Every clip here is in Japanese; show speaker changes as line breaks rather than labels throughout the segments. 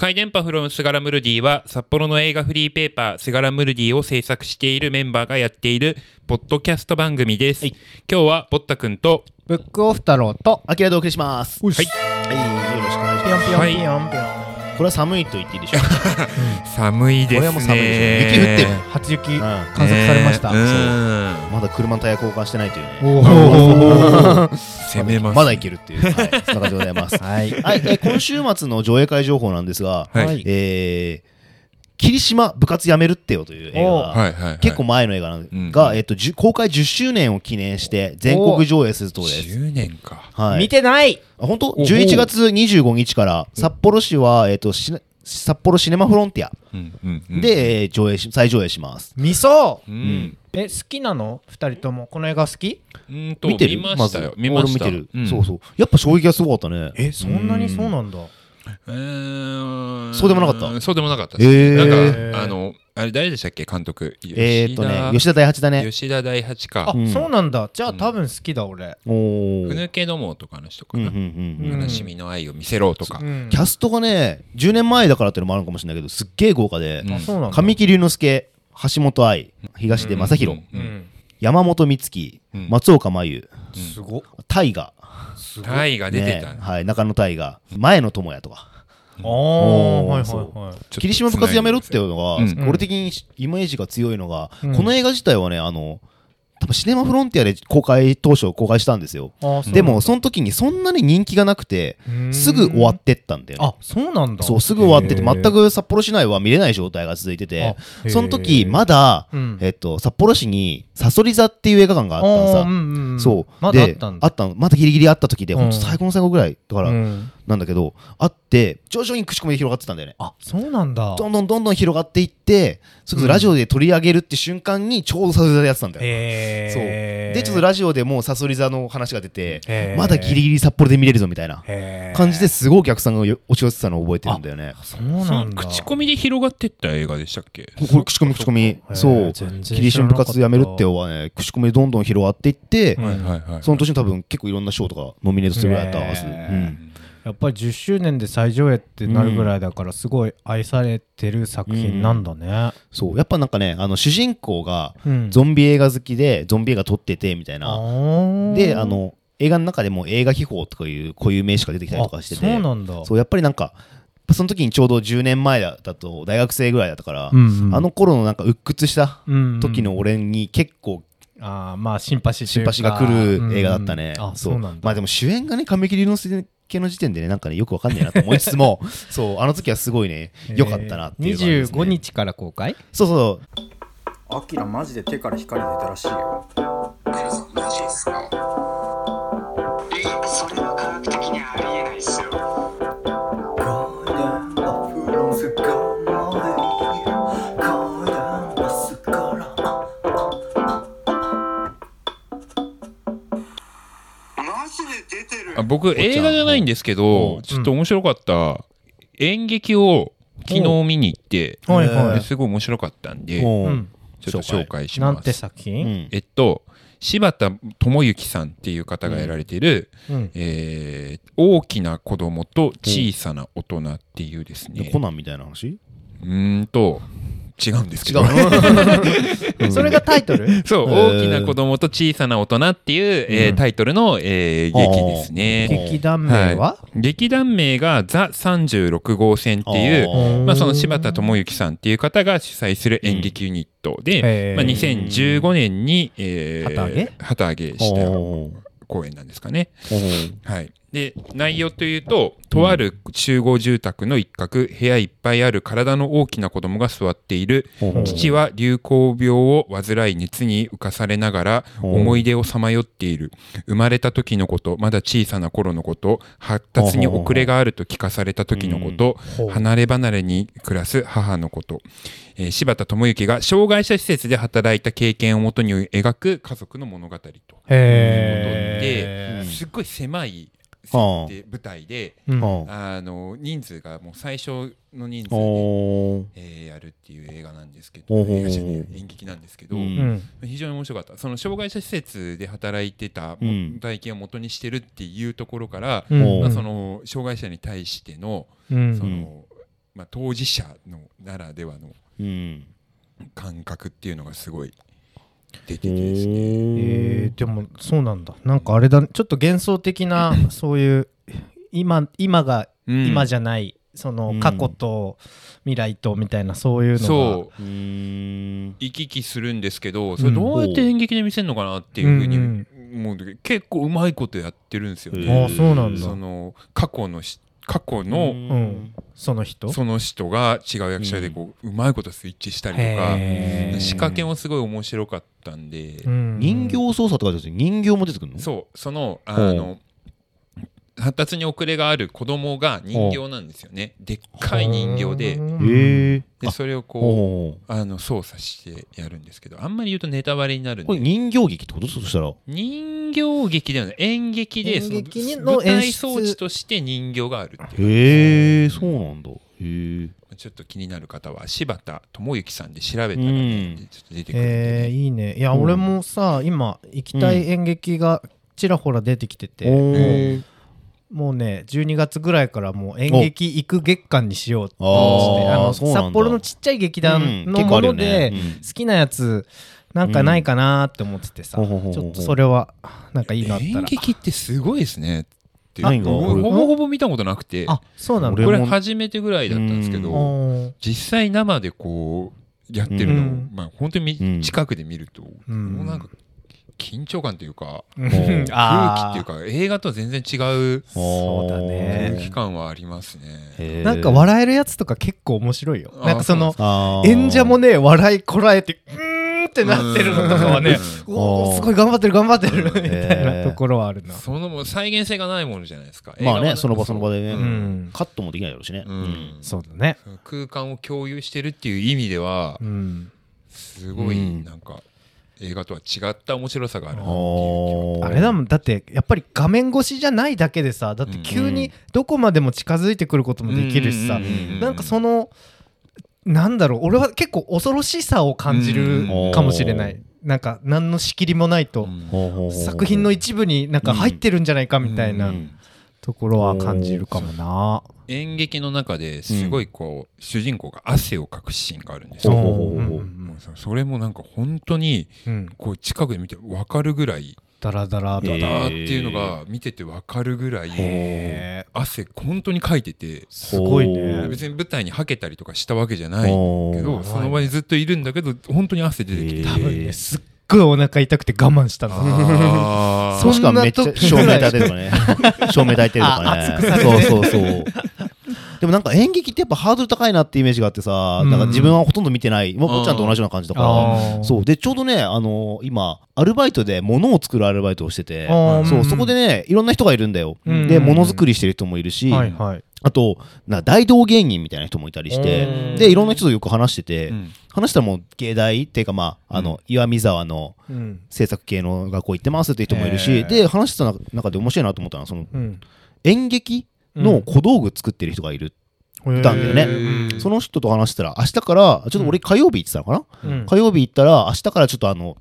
回電波フロムスガラムルディは札幌の映画フリーペーパースガラムルディを制作しているメンバーがやっているポッドキャスト番組です。
はい
今日はボッタ君と
ブックオフ太郎と、
アキラでお送りします。
はい
はい、よろしくお願いし
ぴょ
ま
んぴょんぴょ
す。
んぴょん。
これは寒いと言っていいでしょう。
寒いですね。
これはもう寒いでしょ雪降ってる
初雪
うん
観測されました。
ねうん
まだ車のタイヤ交換してないというね。
おー
攻めます。
まだいけるっていう、はい、そんな感じでございます。
はい。
はい、えー今週末の上映会情報なんですが、
はい
はい
えー霧島部活やめるってよという映画
お
が、
はいはいはい。
結構前の映画なん
うん
が、えっと、じゅ公開10周年を記念して全国上映するそうです。
10年か。
はい、
見てない
あ本当
お
?11 月25日から札幌市は、えっとしな札幌シネマフロンティア
うんうんうん、。
で、えー上映し再上映します。
見そううんえ、好きなの二人とも。この映画好き
うんと
見てる
見ましたよ。見ま
俺
し
見
た。
てる、
ん
そうそうやっぱ衝撃がすごかったね
え、そんなにそうなんだ。
うーん
そうでもなかった
そうでもなかった
へー
なんかあのあれ誰でしたっけ監督
えー、っとね
吉
吉田大八
田
だね
吉田大八
あ
か
う、ん
そうなんだ。じゃあ多分好きだ、俺。
おお
ふぬけどもとかの人か
うんう
な、
ん
う
うん
ん
悲しみの愛を見せろとか、
うん
キャストがね10年前だからっていうのもあるのかもしれないけどすっげえ豪華で、
うん
あ、そうなんだ。
神木隆之介橋本愛東出昌
う
大
ん
うん。
山本美月
うん
松岡真優
すご。
大河
すご。あ
愛が出てた、
ねはい、中野大河前野智也とか
あー、はいはい
そ
はい。
ちょっと
霧島部活やめろっていうのが、
うん
俺的にイメージが強いのが、
うん
この映画自体はねあの多分シネマフロンティアで公開当初公開したんですよ
あーそう
でもその時にそんなに人気がなくて
うん
すぐ終わってったんだよね
あ、そうなんだ。
そうすぐ終わってて
へー
全く札幌市内は見れない状態が続いてて
あへー
その時まだ
うん
えっと札幌市にサソリ座っていう映画館があったの
あー
さ
んん
そう
まだあっ
で
たん
あ
だ。
ったのまたギリギリあった時で
うん
ほんと最後の最後ぐらいだか
う
ら
ん
なんだけどあって徐々に口コミで広がってたんだよね
あ、そうなんだ。
どんどんどんどん広がっていってそれこそラジオで取り上げるって瞬間にちょうどサソリ座でやってたんだよ
へ
そう
ー。
でちょっとラジオでもうサソリ座の話が出て
へー
まだギリギリ札幌で見れるぞみたいな
へー
感じですごいお客さんがよ押し寄せてたのを覚えてるんだよね。
そうなんだ。
口コミで広がってった映画でしたっけ
ここれ口コミ口コミ
へー
そ
全
う
然知らなかった
霧島部活やめるってよはね口コミでどんどん広がっていって、
うん
はいはいはい
その年に多分結構いろんな賞とかノミネートするぐらいだったはず、
ねやっぱり10周年で最上映ってなるぐらいだからすごい愛されてる作品なんだね。
うん、そうやっぱなんかねあの主人公が
うん
ゾンビ映画好きでゾンビ映画撮っててみたいな、
あ
であの映画の中でも映画秘宝とかいうこういう名詞が出て
き
きたりとかしてて
そうなんだ。
そうやっぱりなんかその時にちょうど10年前だと大学生ぐらいだったから、
うんうん
あの頃のなんか鬱屈した
うんうん
時の俺に結構
あーまあシンパシーと
シ
い
ン
うか
パシーが来る映画だったね、
うんうんあそうなん
ま
だ。
あでも主演がね神木隆之介の時点でねなんかねよくわかんないなと思いつつ もそうあの時はすごいね良かったなっていう感じです、ね、
25日から公開
そうそう
アキラマジで手から光出たらしいよ
マジですかえそれは科学的にありえないっすよマジで出てる
あ僕映画じゃないんですけどちょっと面白かった演劇を昨日見に行って
はい
は
ですごい面白かったんで
もう、
うん
ちょっと紹介し
な
ます
んて作
う
品
ん
えっと柴田智之さんっていう方がやられている、
うん
えー大きな子供と小さな大人っていうですね、
コナンみたいな話
うーんと違うんですけ
違
ど
う
それがタイトル
そう
へ
大
ー
きな子供と小さな大人っていう、えータイトルの、えー
あー
劇ですね。
劇団
は
名
い
は
劇団名がザ36号線っていう
あー
まあ、その柴田智之さんっていう方が主催する演劇ユニットで、
うん
まあ、
へ
ー
2015年に、えー、
旗揚げ
旗揚げ
お
した
ー
公演なんですかね。
おー
はい、で内容というととある集合住宅の一角、部屋いっぱいある体の大きな子供が座っている
おー
父は流行病を患い熱に浮かされながら
お
思い出をさまよっている生まれた時のことまだ小さな頃のこと発達に遅れがあると聞かされた時のこと
うん
離れ離れに暮らす母のこと、えー柴田智之が障害者施設で働いた経験をもとに描く家族の物語と。
へ
すっごい狭い設
はあ
定舞台で、
ーうん
おー
あの人数がもう最小の人数で、
おー
えーやるっていう映画なんですけど、
ほうほうほう
映画じゃねえ演劇なんですけど、
うん
うん
非常に面白かった。その障害者施設で働いてた
う
も
ん
体験を元にしてるっていうところから、
うん
ま
まあその障害者に対しての
うん
その、まあ、当事者のならではの
うん。
感覚っていうのがすごい出てて
へ
ですね。
えー、でもそうなんだなんかあれだ、ね、ちょっと幻想 的なそういう今今が、
うん
今じゃないその過去と未来とみたいなそういうのが
そう
うーん。
行き来するんですけどそれどうやって演劇で見せるのかなっていうふうに、
うん
もう結構うまいことやってるんですよね。
ああそうなんだ
その過去のし過去の
うん。その人
その人が違う役者でこううまいことスイッチしたりとか
へー
仕掛けもすごい面白かったんで
うん
人形操作とかですよ人形も出てくるの
そうそのあ
ほう
の発達に遅れがある子供が人形なんですよねでっかい人形で
へえ。
で
あ
それをこ
ほう
うあの操作してやるんですけどあんまり言うとネタバレになるん
これ
で
人形劇ってことそしたら。
人形劇ではない演劇で
演劇に
その
の
舞台
演出
装置として人形があるっていう
へえ、そうなんだ。へえ。
ちょっと気になる方は柴田智之さんで調べたら
うん
ねちょっと出てくるんで
え
ね
ー、いいねいや、
うん
俺もさ今行きたい演劇がちらほら出てきてて、
お
もうね12月ぐらいからもう演劇行く月間にしようって
あー
あの
そうなんだ
札幌のちっちゃい劇団
う
の
ん結構
も
あるよ
の
ね
で
うん
好きなやつなんかないかなーって思っててさ、
うんほうほうほう
ち
ほう
ょっとそれはなんかいいのあった
演
ら
劇ってすごいですねって
何が
ほぼほぼほぼ見たことなくて
あそうなんだ
これ
俺も
初めてぐらいだったんですけ
う
ど、
ん
おー
実際生でこうやってるのを、
うん
まあ、本当にみ、
うん
近くで見ると、
うん
もうなんか緊張感というか
ー
空
あ
気
ー
っていうか映画とは全然違う
そうだ
空
ね
気感はありますね。
なんか笑えるやつとか結構面白いよ
あー
なんかその
あー
演者もね笑いこらえてうーんってなってるのとかはね
う
うお
あー
ーすごい頑張ってる頑張ってるみたい
へー
なところはあるな
そのもう再現性がないものじゃないですか。映
まあ
画は
ね、その場その場でね、
うん
うん
カットもできないだろうしね。
うん
そうだね
その空間を共有してるっていう意味では
うん
すご
う
い
ん
なんか映画とは違った面白さがあるなっていう
おー
あれだもんだってやっぱり画面越しじゃないだけでさだって急にどこまでも近づいてくることもできるしさ
うんうんうんうん
なんかそのなんだろう俺は結構恐ろしさを感じる
うん
かもしれないなんか何の仕切りもない
気
と
はうん
ほうほうほうほう
作品の一部になんか入ってるんじゃないかみたい
うん
な
うん
ところは感じるかもな
演劇の中ですごいこう、主人公が汗をかくシーンがあるんです
うん
よ。
ほうほうほうほう
もうさそれもなんか本当に
うん
こう近くで見て分かるぐらい
ダラダラ
だ
と
へ
なっていうのが見てて分かるぐらい
えー
汗本当にかいてて
すごいね
別に舞台にはけたりとかしたわけじゃないけ
お
ど
ー
その場にずっといるんだけど本当に汗出てきて
へー
多分ねすっごいお腹痛くて我慢したんだ
あ
そ
ー
もしくはめっちゃ
そんな時
照明焚いてるとかね。 照明焚いてるとかね。
あ熱くされて
そうそうそう。でもなんか演劇ってやっぱハードル高いなってイメージがあってさ、
うん
なんか自分はほとんど見てない、もうこっちゃんと同じような感じだから。
あー
そう。で、ちょうどね、あのー今、アルバイトで物を作るアルバイトをしてて、
あー
そうう、
ん
そこでね、いろんな人がいるんだよ。
うん
で、ものづくりしてる人もいるし、
はいはい
あと、な大道芸人みたいな人もいたりして
う、ん
で、いろんな人とよく話してて、
うん
話したらもう芸大っていうか、まあ、あの、岩見沢の
うん
制作系の学校行ってますって人もいるし、
へー
で、話してた中で面白いなと思ったのは、その
うん
演劇の小道具作ってる人がいる。
い
たんだよね
うん
その人と話したら、明日から、ちょっと俺火曜日行ってたのかな、
うん
火曜日行ったら、明日からちょっとあの、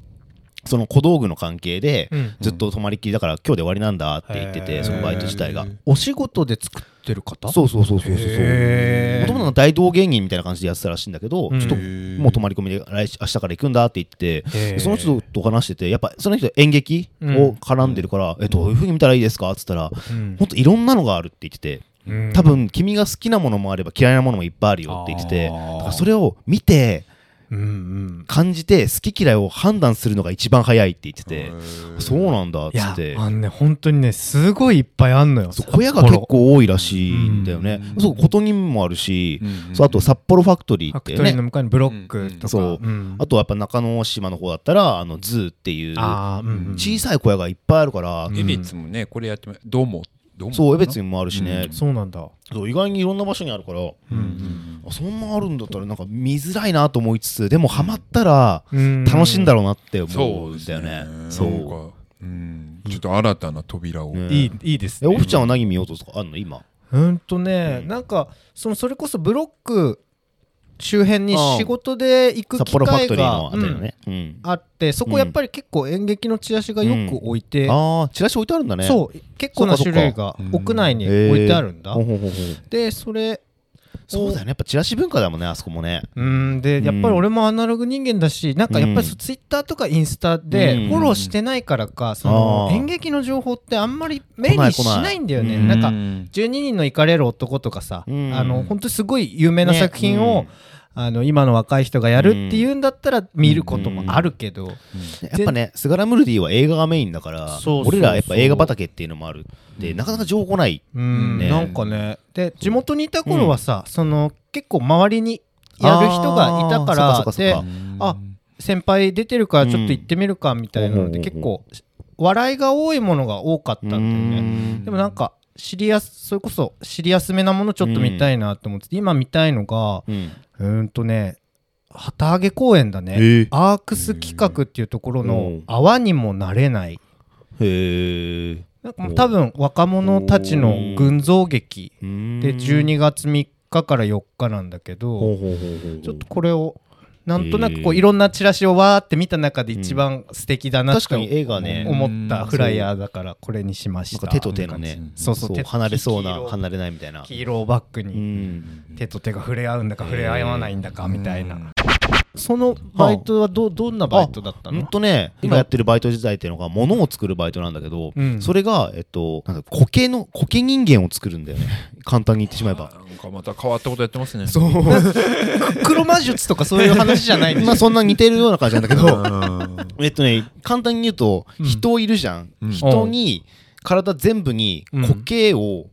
その小道具の関係で、
うん
ずっと泊まりっきりだから今日で終わりなんだって言って
へ
て、
ー
そのバイト自体が。
お仕事で作ってる方
そうそうそうそうそうそう。
へ
も
ー
ともとなんか大道芸人みたいな感じでやってたらしいんだけど、
うん
ちょっと
へー
もう泊まり込みで来明日から行くんだって言って
へ
て、
ー
その人と話してて、やっぱその人演劇
うん
を絡んでるから、えどういうふうに見たらいいですかって言ったら、
うん
ほんといろんなのがあるって言ってて、
うん
多分君が好きなものもあれば嫌いなものもいっぱいあるよって言ってて、
あー
だからそれを見て、
うんうん
感じて、好き嫌いを判断するのが一番早いって言ってて、そうなんだっ
い
つっ
や
て。
あのね本当にねすごいいっぱいあんのよ
そう小屋が結構多いらしいんだよね。そう、ことにもあるし、
うん
そうあと札幌ファクトリ
フ
ー
ァ
っ
ク
ていう
トリーの
ね。
向かいにブロックとか
そうあとはやっぱ中之島の方だったら、あの、ズーっていう、
ああうんうん
小さい小屋がいっぱいあるから、
エビッツもねこれやってますどうもどうも
そう、江別にもあるしね、
そうなんだ
そう意外にいろんな場所にあるから、
ん
あそんなあるんだったら、なんか見づらいなと思いつつ、でもハマったら、
うん
楽しいんだろうなって思
そううんで
だ
す
よ
ね
ね。
なん
そう。
かうんちょっと新たな扉を
ね
いいいいです
え、
ね
オフちゃんは何見ようとかあんの今。
うんとねなんかそのそれこそブロック周辺に仕事で行く
札
機
幌ファク
会
トリー
が
のあたり
う
の
ん
ね。うん。
あってそこやっぱり結構演劇のチラシがよく置いて、
ああ、チラシ置いてあるんだね。
そう結構な
そう
種
か
類が
そうか
うん
屋内に
へー
置いてあるんだ、
ほうほうほうほう
でそれ
そうだよねやっぱチラシ文化だもんねあそこもね
うんでやっぱり俺もアナログ人間だしなんかやっぱりツイッターとかインスタ
うん
でフォローしてないからかその
あー
演劇の情報ってあんまり目にしないんだよね
来
な
ない
ん
来な
か
い
12人のイカれる男とかさあ
うん
の本当にすごい有名な作品を
ね
あの今の若い人がやるっていうんだったら見ることもあるけど
やっぱねスガラムルディは映画がメインだから
そうそうそう
俺らやっぱ映画畑っていうのもあるでなかなか情報ない
うん
ね
なんかねで地元にいた頃はさその結構周りにやる人がいたか
あーそ
ら
っかそっ
で
かそっか
あ先輩出てるからちょっと行ってみるかみたいなの
う
で
ん
結構笑いが多いものが多かったんだよ
う
ね
ん
でもなんかシリアスそれこそシリアスめなものちょっと見たいなと思ってて今見たいのが
うん
うーんとね旗揚げ公園だね
へえ
アークス企画っていうところ
う
の
ん
泡にもなれない
へえ
なんかもう多分若者たちの群像劇で12月3日から4日なんだけど、
ほうほうほうほう
ちょっとこれをなんとなくこう
へー
いろんなチラシをわーって見た中で一番素敵だなって
確かに絵がね
思ったフライヤーだからこれにしま
な
し
んか
た
手と手のね
そうそう手と
離れそうな
黄色
離れないみたいな
黄色をバック
う
に
ん
手と手が触れ合うんだか触れ合わないんだかみたいなそのバイトはどどんなバイトだった
ほん
の
とね今やってるバイト時代っていうのが物を作るバイトなんだけど、
うん
それがえっとなんだ苔の苔人間を作るんだよね簡単に言ってしまえば
なんかまた変わったことやってますね。
そう
黒魔術とかそういう話じゃないん
まあそんな似てるような感じなんだけど
うん
えっとね簡単に言うと人いるじゃん、
うん
人に体全部に
うん
苔を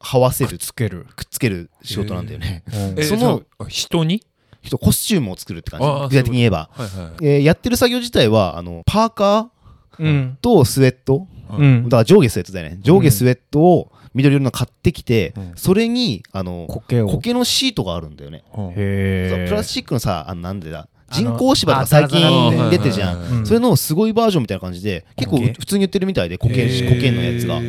這わせる、
つける
くっつける仕事なんだよね、
え
そ
そ
の
の人に、
人コスチュームを作るって感
あー
じ具体的に言えば、
はいは
えーやってる作業自体はあのパーカー
うん
とスウェット
う
だ
ん
から上下スウェットだよね上下スウェットを緑色の買ってきて、
うん
それにあの
苔を
苔のシートがあるんだよね、
いはい。
へ
そう
え
プラスチックのさあのなんでだ
あの
人工芝とか
あザ
最
ラザラの
近出てるじゃ
うんは
ん、
い
はいはい
それのすごいバージョンみたいな感じで結構
苔
普通に売ってるみたいで苔
へー
苔のやつが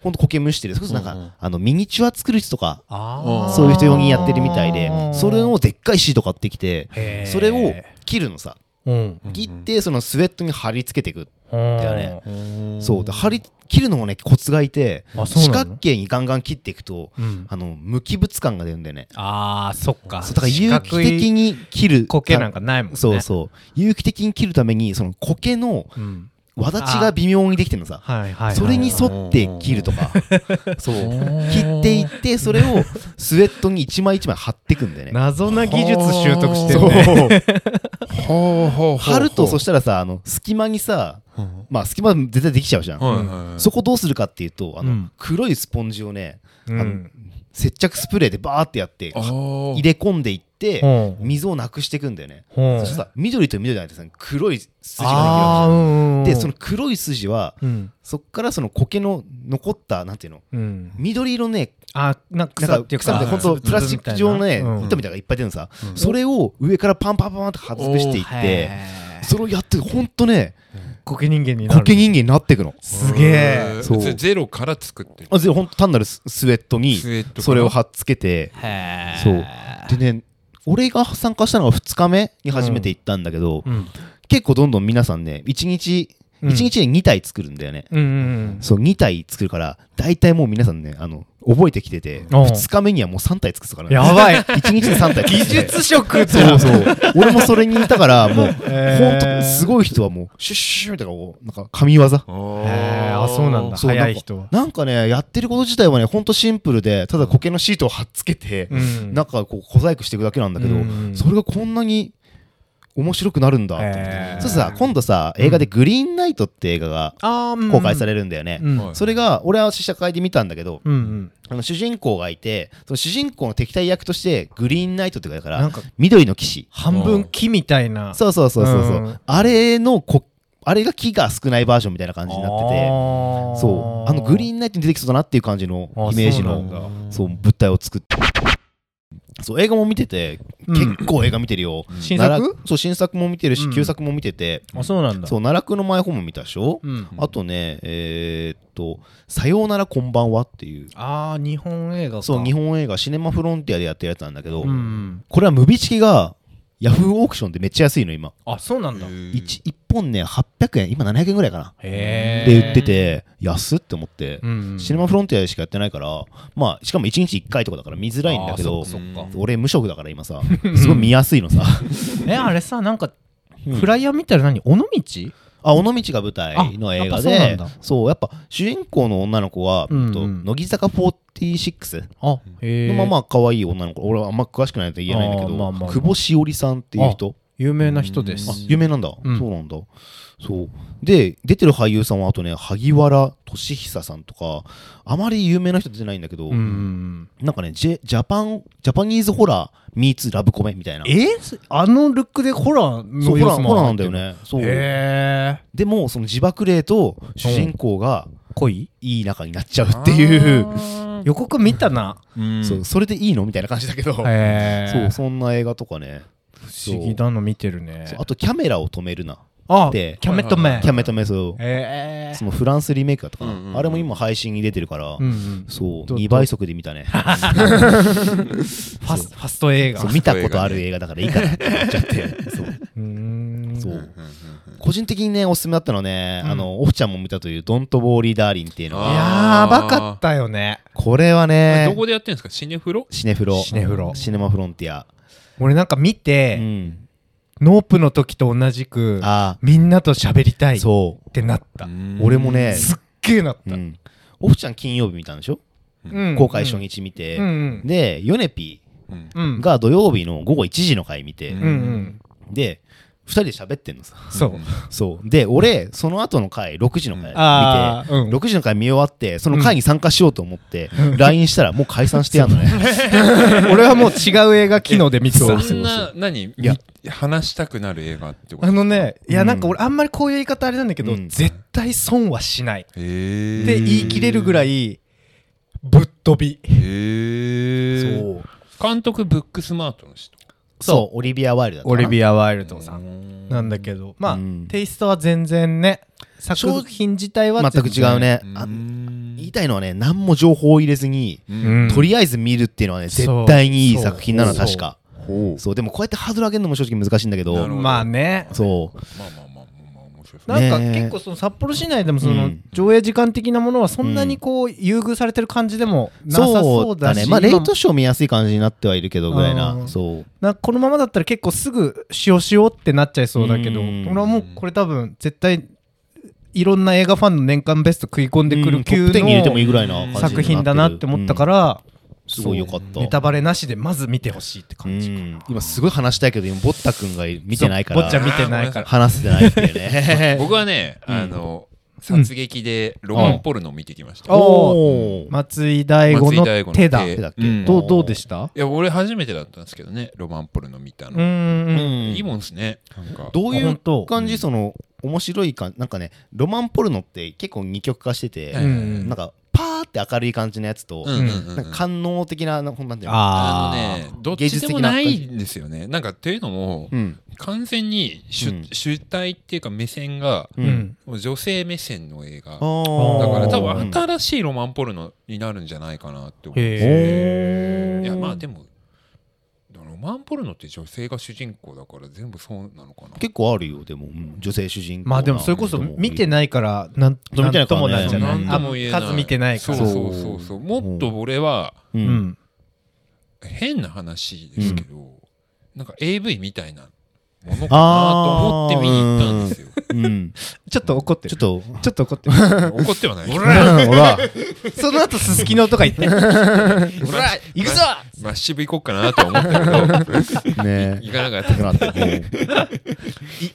ほんと苔蒸してるそれこそなんか、
うんうん
あのミニチュア作る人とか
あー
そういう人用にやってるみたいでそれをでっかいシート買ってきて
へー
それを切るのさ
うん
切ってそのスウェットに貼り付けていくだよね
うん
そうで貼り切るのもねコツがいて
あそうな
四
の
角形にガンガン切っていくと、
うん
あの無機物感が出るんだよね
あーそっか
そうだから有機的
に
に切る
苔なんかないもんね
そうそう有機的に切るためにその苔の
う、ん、
輪立ちが微妙にできてるのさ
はいはいはい、
それに沿って切るとかそう切っていってそれをスウェットに一枚一枚貼っていくんだよね
謎な技術習得してる
そう
ね
ほうほうほうほう
貼るとそしたらさあの隙間にさ
うん
まあ隙間絶対できちゃうじゃん、
はいはいはい
そこどうするかっていうとあの、
うん
黒いスポンジをね
う
あ
ん
の接着スプレーでバーってやって
あー
入れ込んでいって
ほう
溝をなくしていくんだよね
ほう
そしたらさ緑と緑の間にさ黒い筋ができる
あー
わ
うんうんうん
けじゃんでその黒い筋は
うん
そっからその苔の残ったなんていうの
うん
緑色ね
あなんか草
なん
っ
か
ていう
草
か
みたいなほんとプラスチック状のね
うん
糸みたいなのがいっぱい出るのさそれを上からパンパンパンって外していってそれをやってほんとね
苔人間になる
苔人間になっていくの
すげえ
そう
ゼゼロから作ってる
あぜほんと単なるススウェットに
スウェットから
それを貼っつけて
へ
そうでね俺が参加したのが2日目に初めて行ったんだけど、
うん
結構どんどん皆さんね1日
うん
1日で2体作るんだよね、
うんうん
そう2体作るから大体もう皆さんねあの覚えてきてて
おう
2日目にはもう3体作ってたか
う
ら
ん
ね
やばい
1日で3体技
術 食じ
そ
ゃ
うんそう俺もそれにいたから もう
へー
本当すごい人はもうシュッシュッみたいなこうなんか神業
へ
へーあそうなんだ
そう
早い人は
なんかねやってること自体はねほんとシンプルでただ苔のシートを貼っつけて、
うん
なんかこう小細工していくだけなんだけど、
うん
それがこんなに面白くなるんだって思って、
へー
そうさ今度さ映画で「グリーンナイト」って映画が
あー
公開さ
れ
れるんだよね、
うん
はい
それが俺は試写会で見たんだけど、
うんうん
あの主人公がいてその主人公の敵対役としてグリーンナイトって書いてあるか
な
ら
んか
緑の騎士
半分木みたいな
そうそうそうそうそう、
うん
あれのこあれが木が少ないバージョンみたいな感じになってて
て
そうあのグリーンナイトに出てきそうだなっていう感じのイメージ
あそう
の
なんだ
そう物体を作ってそう映画も見てて
うん
結構映画見てるよ、
新
奈
作
良そう新作も見てるし、
うん
旧作も見てて
あそうなんだ
そう奈落のマイホーム見たでしょ、
うん
あとねえーっと「さようならこんばんは」っていう
あー日本映画か
そう日本映画シネマフロンティアでやってるやつなんだけど、
うん
これはムビチキがヤフーオークションってめっちゃ安いの今
あそうなんだ
一一本ね800円今700円ぐらいかな
へえ
で売ってて安っって思って、
うん
シネマフロンティアでしかやってないからまあしかも1日1回とかだから見づらいんだけど
あーそっかそっか
俺無職だから今 さすごい見やすいのさ
えあれさなんかフライヤーみたいな何尾道
あ尾道が舞台の映画
あやっぱ
で
そうなんだ
そうやっぱ主人公の女の子は、
うんうん
と乃木坂46
あへえ
のまあまあ可愛い女の子俺はあんま詳しくないと言えないんだけ
あー
ど、
まあまあまあ
久保しおりさんっていう人
有名な人で
あ
す
有名なんだ、
うん
そうなんだそうで出てる俳優さんはあとね萩原俊久さんとかあまり有名な人出てないんだけど、
うん
なんかねジェジャパンジャパニーズホラー Meets ラブコメみたいな
えあのルックでホラー
そ
の
うホ
要
ラ
素
ー
も
ホラーなんだよねそう
へえ
でもその自爆霊と主人公が
恋
いい仲になっちゃうっていう、
予告見たな
うん
そうそれでいいのみたいな感じだけど、
へ
そ
え
うそんな映画とかね
不思議なの見てるね
そうあと「キャメラを止めるな
あキ
で
ャメットメン」
キャメ止めそう
へえ
そのフランスリメイクだったかな、
うんうんうん
あれも今配信に出てるから、
うんうん
そう
ど
2倍速で見 たね
ファスファスト映画
そう見たことある映画だからいいかなって思っちゃってそう
うーん
そう個人的にねおすすめだったのはね、あのオフちゃんも見たという「ドント・ウォーリー・ダーリン」っていうの
い
は
やーばかったよね
これは
あど
ね
こでやってるんですかシネフロ
シネフロ
シネフロ
シネマフロンティア、
俺なんか見
う
て
ん、
ノープの時と同じく
あ
みんなと喋りたい
あ
っ
そう
てなった
俺もね、
すっげえなっ
う
た
ん、オフちゃん金曜日見たんでしょ、
うん
公開初日見て、
うんうん
でヨネピ
うん
うん
が土曜日の午後1時の回見て、
うんうん
で2人で喋ってんのさ
そう
そうで俺その後の回6時の回見て、
あーうん
6時の回見終わってその回に参加しようと思って、LINE したらもう解散してやんのね
俺はもう違う映画機能で見てた
そう
そんな何み
や
話したくなる映画ってこと
あのねいやなんか
うん
俺あんまりこういう言い方あれなんだけど
うん
絶対損はしない
へー
って言い切れるぐらいぶっ飛び
へ
そ
え
う
監督ブックスマートの人
そうオリビア・ワイルドだった
オ
かな
リビア・ワイルドさ
うんん
なんだけどまあ
うん
テイストは全然ね作品自体は
全く違うね、あ言いたいのはね何も情報を入れずに、
うん
とりあえず見るっていうのはね
そう
絶対にいい作品なのは
そう
確か
ほ
そうでもこうやってハードル上げるのも正直難しいんだけど
なるほど
まあね
そう
まあまあまあまあ面白いですね
なんか
ねえ
結構その札幌市内でもそうの
ん
上映時間的なものはそんなにこう優遇されてる感じでもなさ
そ
そう
うだ
だ
ね
し
まあレイト
今
ショー見やすい感じになってはいるけどぐらい
うん
なそう
なんかこのままだったら結構すぐしようしようってなっちゃいそうだけど
うん
俺はもうこれ多分絶対いろんな映画ファンの年間ベスト食い込んでく
うん
る
トッ
級
プ10に入れてもいい
の
ぐらいな感じになってる
作品だなって思ったから
すごい良かった
ネタバレなしでまず見てほしいって
う
感じ
ん今すごい話したいけど今ボッタ君が見てないか
そう坊ちゃん
ら
見てないから
話せてないっていうね
僕はねあの殺撃でロマンポルノを見てきました
うん
おー
松井大悟
松井大悟
の
の
手だ
手
手だっ
う
け
ん
どうどうでした
いや俺初めてだったんですけどねロマンポルノ見た
う
の
ん うん
いいもんですねなんか
どうい
本
う
当
感じその面白い感じなんかねロマンポルノって結構二極化してて、
はい
うん
なんかパーって明るい感じのやつと、
うんうんうんうん
なんか官能的ななほんなんていうの
あ
あ
の
あ
ねどっちでもないんですよねなんかっていうのも
うん
完全に主,、
うん
主体っていうか目線が
う
うんん
もう女性目線の映画だ
あ
か
ー
ら多
う
分
ん
新しいロマンポルノになるんじゃないかなって思うんですよ
へ
い
え
やまあでもロマンポルノって女性が主人公だから全部そうなのかな
結構あるよでも、うん女性主人公
まあでもそれこそ見て
い
ないからなん
見てな
な
いからね
んともなんじゃない
なんとも言えない
あ数見てないから
そう
う
そうそうそうもっと俺は
う
うんん
変な話ですけど、なんか AV みたいなものかなと思って見に行ったんですよ
うん
ちょっと怒って
ち
る
ょっと
ちょっと怒ってる
怒ってはない
ほら
その後すすきのとか言って
ほら行くぞマッシブ行こうかなとは思ったけど
ね
行かなか
え
った
なってもう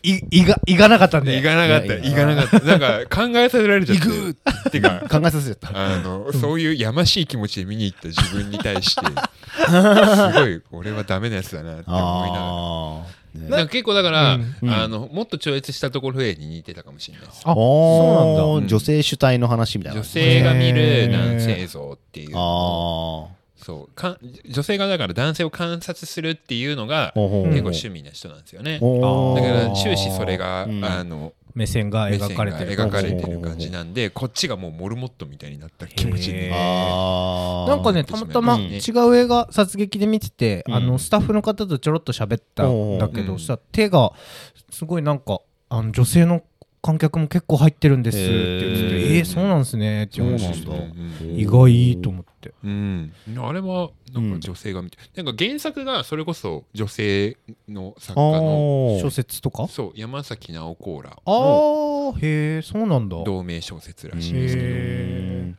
いいいがいがなかったん
行
で
かなかった
いやい
行かなかったなんか考えさせられちゃって
行
って か
考えさせちゃった
あのそういうやましい気持ちで見に行った自分に対 してすごい俺はダメなやつだなって思いながら。
あーね
なんか結構だから、
うん
うん
あのもっと超越したところへに似てたかもしれないです
あそう
あー女性主体の話みたいな
女性が見
へ
る
ー
男性像っていう
ああ
そうか女性がだから男性を観察するっていうのが
ほうほうほう
結構趣味な人なんですよね
お
だ
ー
から終始それが、
うん
あの
目線が描かれてる
目線が描かれてる感じなんでこっちがもうモルモットみたいになった気持ちに
へー
あー
なんかねたまたま
うん
違う映画殺撃で見てて、
うん
あのスタッフの方とちょろっと喋ったんだけ
おうお
ど、
う
したら手がすごいなんかあの女性の観客も結構入ってるんですって言ってて
へー
えー、そうなんですねって話
そうなん
し
だ
て
う
意外いいと思って
うん、あれはなんか女性が見て、なんか原作がそれこそ女性の作
あ
家の
ー
小説とか
そう山崎直子ら
あーへえそうなんだ
同名小説らしいんですけど、
へ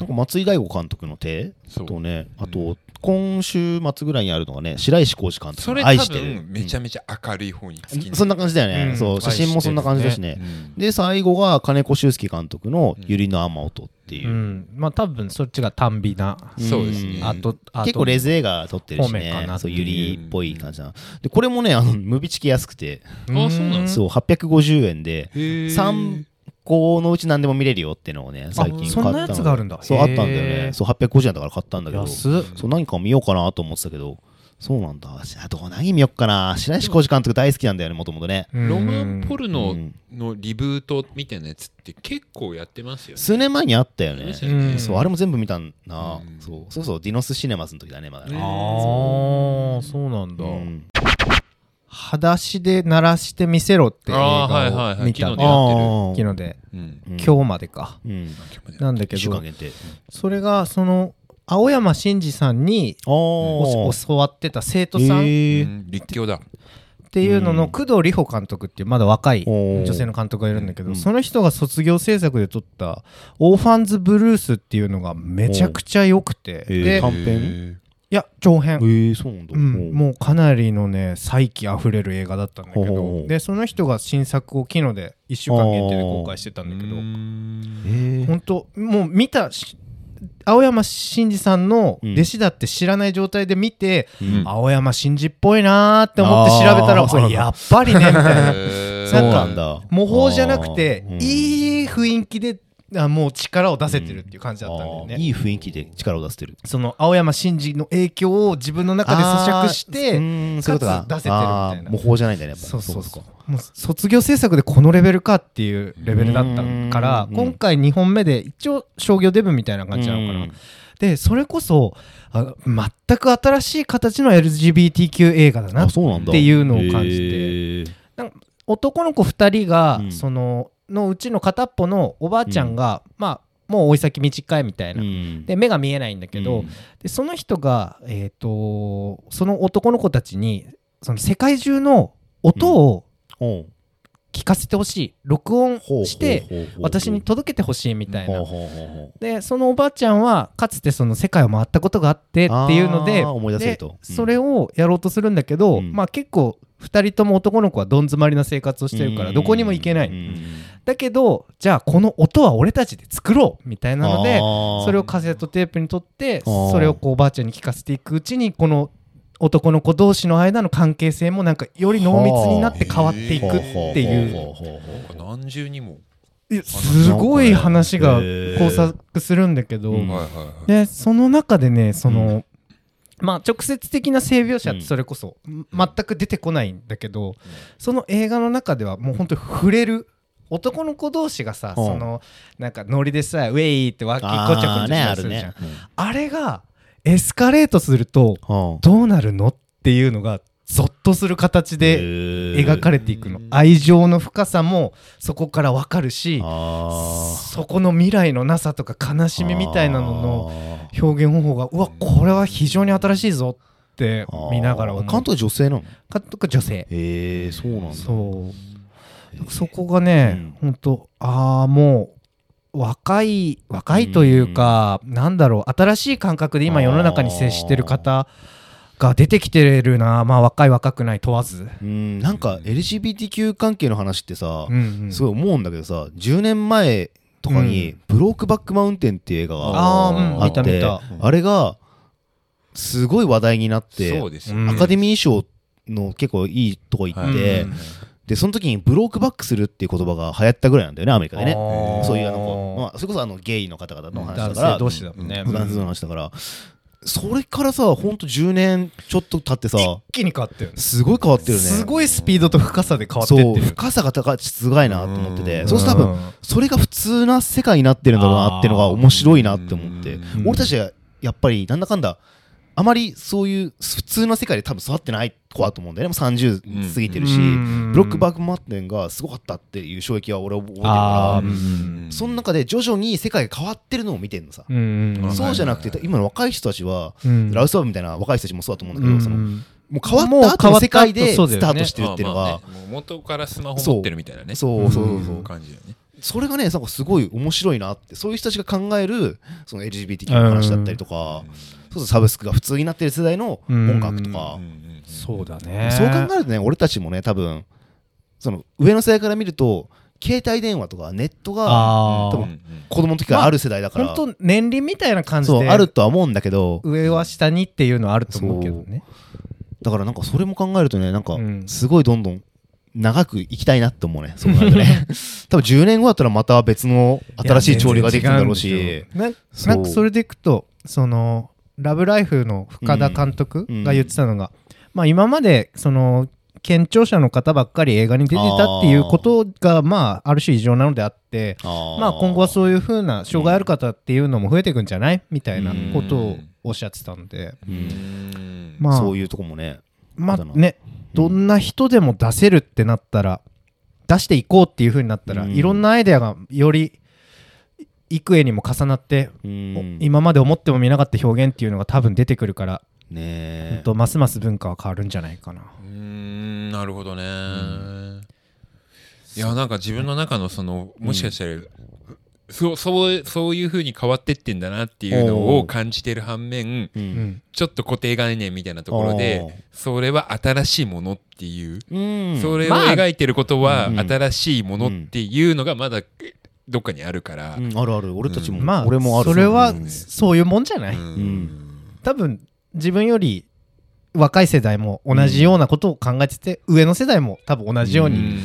なんか松井大吾監督の手
そう
とね
うん
あと今週末ぐらいにあるのがね白石浩二監
そ
督
れ
の「
多
愛してる
分」めちゃめちゃ明るい方に好き
うんそんな感じだよね、
うん
そう写真もそんな感じだしね
うん
で最後が金子修介監督の「ゆりの雨音」っていう
う、んまあ多分そっちが短美な
そうですね
うん
あとあと
結構レズ映画撮ってるし
方面か
ね
なって
そう
いう
ゆりっぽい感じなでこれもねあのムビチケ安くて、
あそうなん
そう850円で
へー
3個のうち何でも見れるよってのをね最近買った
そんなやつがあるんだ
そう
へ
あ
ー
ったんだよねそう850円だから買ったんだけどそ
安っ
う何か見ようかなと思ってたけどそうなんだあどこ何見よっかな白石浩二監督大好きなんだよねもともとね
ロマンポルノ
うん
のリブートみたいなやつって結構やってますよね。
数年前にあったよね
ですよね
うん
そうあれも全部見たんな、
うん
そうそうそうディノスシネマズの時だねまだね
うん
ああそうなんだ、
うん
裸足で鳴らしてみせろって映
あーはいはい
画を
はい
見たの
昨日ね
あー
昨日で
うん
うん
今日までか
うん
なんだけ
1週間
ど
限定
それがその青山真司さんに
あー
お教わってた生徒さんっ
へ
う
ー
ん立教だ。
ていうの
う
の
ん
工藤里穂監督っていうまだ若い
おー
女性の監督がいるんだけ
う
ど
ん
その人が卒業制作で撮った「オーファンズ・ブルース」っていうのがめちゃくちゃ良くて
おー
で
短編
いや長
え
編
ー、そうなんだ、
うん、もうかなりのね再起あふれる映画だったんだけ
ほうほうほ
ど
う
でその人が新作を昨日で1週間限定で公開してたんだけ
ど。
ど
えー
本当もう見たし青山真司さんの
うん
弟子だって知らない状態で見て、
うん
青山真司っぽいなーって思って調べたら
あーそうな
あ
んだ
やっぱりねみた いな
へー
そう
なんか
なんだ
模倣じゃなくて
あーうん
いい雰囲気であもう力を出せてるっていう感じだったんだよね。
あーいい雰囲気で力を出せてる
その青山真司の影響を自分の中で咀嚼して
て
かつ出せてるみたいな
模倣じゃないんだよねやっぱ
そうそうそう
か
もう卒業制作でこのレベルかっていうレベルだったから
うん
今回2本目で一応商業デブみたいな感じなのか
うん
なでそれこそあ全く新しい形の LGBTQ 映画だな
あそうなんだ
っていうのを感じて
へー
男の子2人が
うん
そののうちの片っぽのおばあちゃんがまあもう老い先短いみたいな
うん
で目が見えないんだけ
う
ど
ん
でその人が、えー、とその男の子たちにその世界中の音を
おう
聞かせてほしい録音
ほう
して
ほうほうほう
私に届けてほしいみたい
ほう
な。
ほうほうほう
でそのおばあちゃんはかつてその世界を回ったことがあってっていうので
あー思い出せると
で
うん
それをやろうとするんだけど、
うん
まあ、結構2人とも男の子はどん詰まりな生活をしてるからどこにも行けない、
うん
だけどじゃあこの音は俺たちで作ろうみたいなので
あー
それをカセットテープに取って
あー
それをこうおばあちゃんに聞かせていくうちにこの男の子同士の間の関係性もなんかより濃密になって変わっていくっていう
ほほほほほ
なんか何重にも。
いやすごい話が交錯するんだけど
うん
はいはいはい。
でその中でねそのまあ直接的な性描写ってそれこそん全く出てこないんだけどその映画の中ではもう本当に触れる。男の子同士がさ、
うん
そのなんかノリでさ「ウェイ!」って脇こちゃ
あ
こ
ー
ち
ね
ゃ
あ
す
る
るじゃん、
ね
あれがエスカレートすると
うん
どうなるのっていうのがゾッとする形で描かれていくの
うん
愛情の深さもそこからわかる
へ
し
ーあー
そこの未来のなさとか悲しみみたいなのの表現方法がうわこれは非常に新しいぞって
あー
見ながら思う
監督女性なの
監督女性
へえそうなんだ
そうそこがね、ほんとああもう若い若いというか、なんだろう新しい感覚で今世の中に接してる方が出てきてるなまあ若い若くない問わず、
うんなんか LGBTQ 関係の話ってさ
うんうん
すごい思うんだけどさ10年前とかに
う
「ブロークバックマウンテン」って映画が
あーうん
あ
見
った
見
て
た
あれがすごい話題になって
そうです
うん
アカデミー賞の結構いいとこ行っ
う
て
ん
でその時に「ブロークバックする」っていう言葉が流行ったぐらいなんだよねアメリカでね
あー
そういうあのこうまあそれこそあのゲイの方々の話だ
男
か
性
ら
同士だもんね、
フランスの話だからそれからさほんと10年ちょっと経ってさ
一気に変わったよね
すごい変わってるね
すごいスピードと深さで変わってってる
そう
よね
深さが高いすごいなと思って
う
て
ん
そうすると多分それが普通な世界になってるんだろうなっていうのが面白いなって思って
うん
俺たちはやっぱりなんだかんだあまりそういう普通の世界で多分育ってない子だと思うんだよねもう
うん
30過ぎてるし
うん
ブロックバックマウンテンがすごかったっていう衝撃は俺は覚えてる
あ
か
ー
うん
らその中で徐々に世界が変わってるのを見てるのさ
うんうん
ん
そうじゃなくて今の若い人たちは
うん
ラウスバブみたいな若い人たちもそうだと思うんだ
う
けど
ん
その
うん
もう変わった後の世界でスタートしてるっていうの
まあ
が
まあねもう元からスマホ持ってるみたいなね。
そうそうそうそ
ん
う
感じだよね。
それがねなんかすごい面白いなってそういう人たちが考えるその LGBTQ の話だったりとか、そうそうサブスクが普通になってる世代の音楽とか
う、ん
そうだね
そう考えるとね俺たちもね多分その上の世代から見ると携帯電話とかネットが
ああ
多分子供の時からある世代だから、
本当年輪みたいな感じ
そう
で
あるとは思うんだけど
上は下にっていうのはあると思うけどね
だからなんかそれも考えるとねなんか
うん
すごいどんどん長く生きたいなって思 うねそうなるとね多分10年後だったらまた別の新しい潮流ができるんだろ
いや
う
全然違
し
うんでしょ
そ
なな
うん
んかそれでいくとそのラブライフの深田監督
うん
が言ってたのが、まあ今までその健聴者の方ばっかり映画に出てたっていうことがまあある種異常なのであってま
ま
あ今後はそういうふうな障害ある方っていうのも増えていくんじゃないみたいなことをおっしゃってたんで
う
うんん
まあ
そういうとこもね
まあ
だな
ねどんな人でも出せるってなったら出していこうっていうふうになったら
うん
いろんなアイデアがより幾重にも重なって
うん
今まで思ってもみなかった表現っていうのが多分出てくるからほ
ね
んとますます文化は変わるんじゃないかな。
うーんなるほどね、いやなんか自分の中のそのもしかしたら、そうそうそういう風に変わってってんだなっていうの
お
を
う
感じてる反面
えう
うんん
ちょっと固定概念みたいなところ
おう
でそれは新しいものっていう、
うん
それを
まあ
描いてることは
うん
新しいものっていうのがまだどっかにあるから、
うんあるある俺たちも、
まあ
俺もある
それは
うん
そういうもんじゃない、
うん
多分自分より若い世代も同じようなことを考えてて、上の世代も多分同じよう
う
に、
ん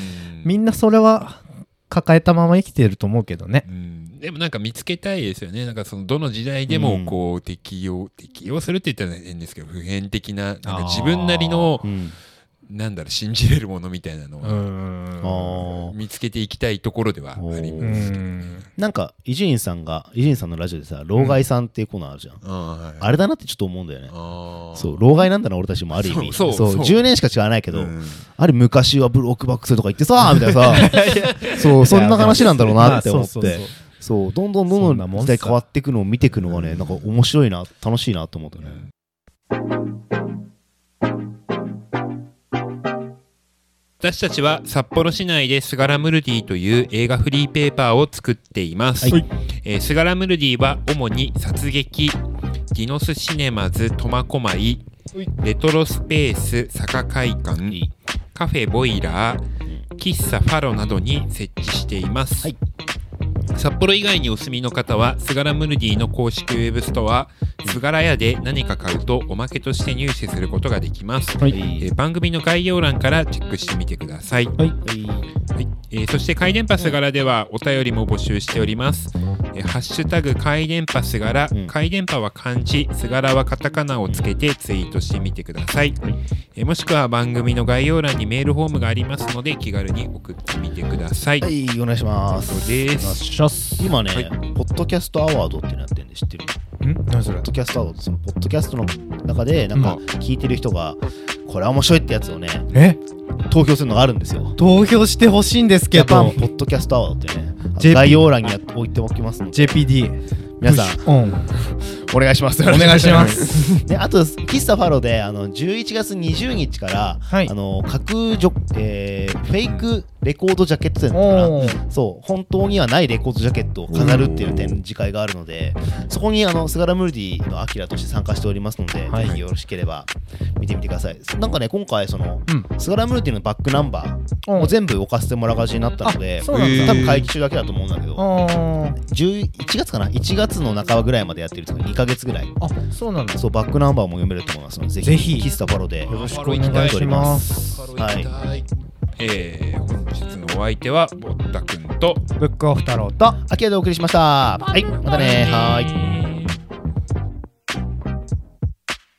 みんなそれは抱えたまま生きてると思うけどね。
うんでもなんか見つけたいですよね。なんかそのどの時代でもこう適用、適用するって言ったら変ですけど普遍的ななんか自分なりの
うん
なんだろう信じれるものみたいなの
う
を
ん
あー
見つけていきたいところではあり
う
ますけどね。
ん
なんか伊集院さんが伊集院さんのラジオでさ「老害さん」っていうコーナーあるじゃん、
あ
あれだなってちょっと思うんだよね
あ
そう老害なんだな俺たちもある意味
そうそうそう
10年しか違わない
け
けど、あれ昔はブロックバックするとか言ってさみたい なさそうそんな話なんだろうなって思っ
まあそうそう
て
そう
そうどんどんど
そ
ん
ん
ど
なんもん
時
さ
代変わっていくのを見ていくのがねなんか面白いな楽しいなと思うとね
私たちは札幌市内でスガラムルディという映画フリーペーパーを作っています、
はい
えースガラムルディは主に殺撃ギノスシネマズ苫小牧レトロスペース坂会館カフェボイラー喫茶ファロなどに設置しています、
はい
札幌以外にお住みの方はスガラムルディの公式ウェブストアスガラ屋で何か買うとおまけとして入手することができます、
はい
えー番組の概要欄からチェックしてみてください、はいえーそして「回電波すがら」ではお便りも募集しております、えーハッシュタグ回電波すがら」
うん
回電波は漢字すがらはカタカナをつけてツイートしてみてください、えーもしくは番組の概要欄にメールフォームがありますので気軽に送ってみてください、
はいお願いします
ということです
シャス
今ね、
はい
ポッドキャストアワードっていうのやってるんで知ってる
ん何それ
ポッドキャストアワードそのポッドキャストの中でなんか
う
聞いてる人がこれは面白いってやつをね
え
投票するのがあるんですよ
投票してほしいんです
ジ
け
ャパン
ど
ポッドキャストアワードってね
JP
概要欄にやっ置いておき ますので
JPD
皆さん
プッシュオン
お願いしますお
お願いしま す
であと喫茶ファロであの11月20日から、
はい
あの架空ジョ、えーフェイクレコードジャケット展だから
おー
そう本当にはないレコードジャケットを飾るっていう展示会があるのでそこにあのスガラムルディのアキラとして参加しておりますので、
はい
ぜひよろしければ見てみてくださいなんかね今回その、
うん
スガラムルディのバックナンバーを全部置かせてもらう形になったので
あそうなん
だ
多分会議中だけだと思うんだけど
あ
11月かな1月の半ばぐらいまでやってるとか2ヶ月ぐらい
ーあそうなんだ
そうバックナンバーも読めると思いますのでぜ
ぜ
ひ
ひ
喫茶パロでよろしく
く
お
お
願
願
い
い
し
し
ま
ますす
はい
はいえー本日のお相手はぼったくんと
ブックオフ太郎と
アキラでお送りしましたはいまたねはい
い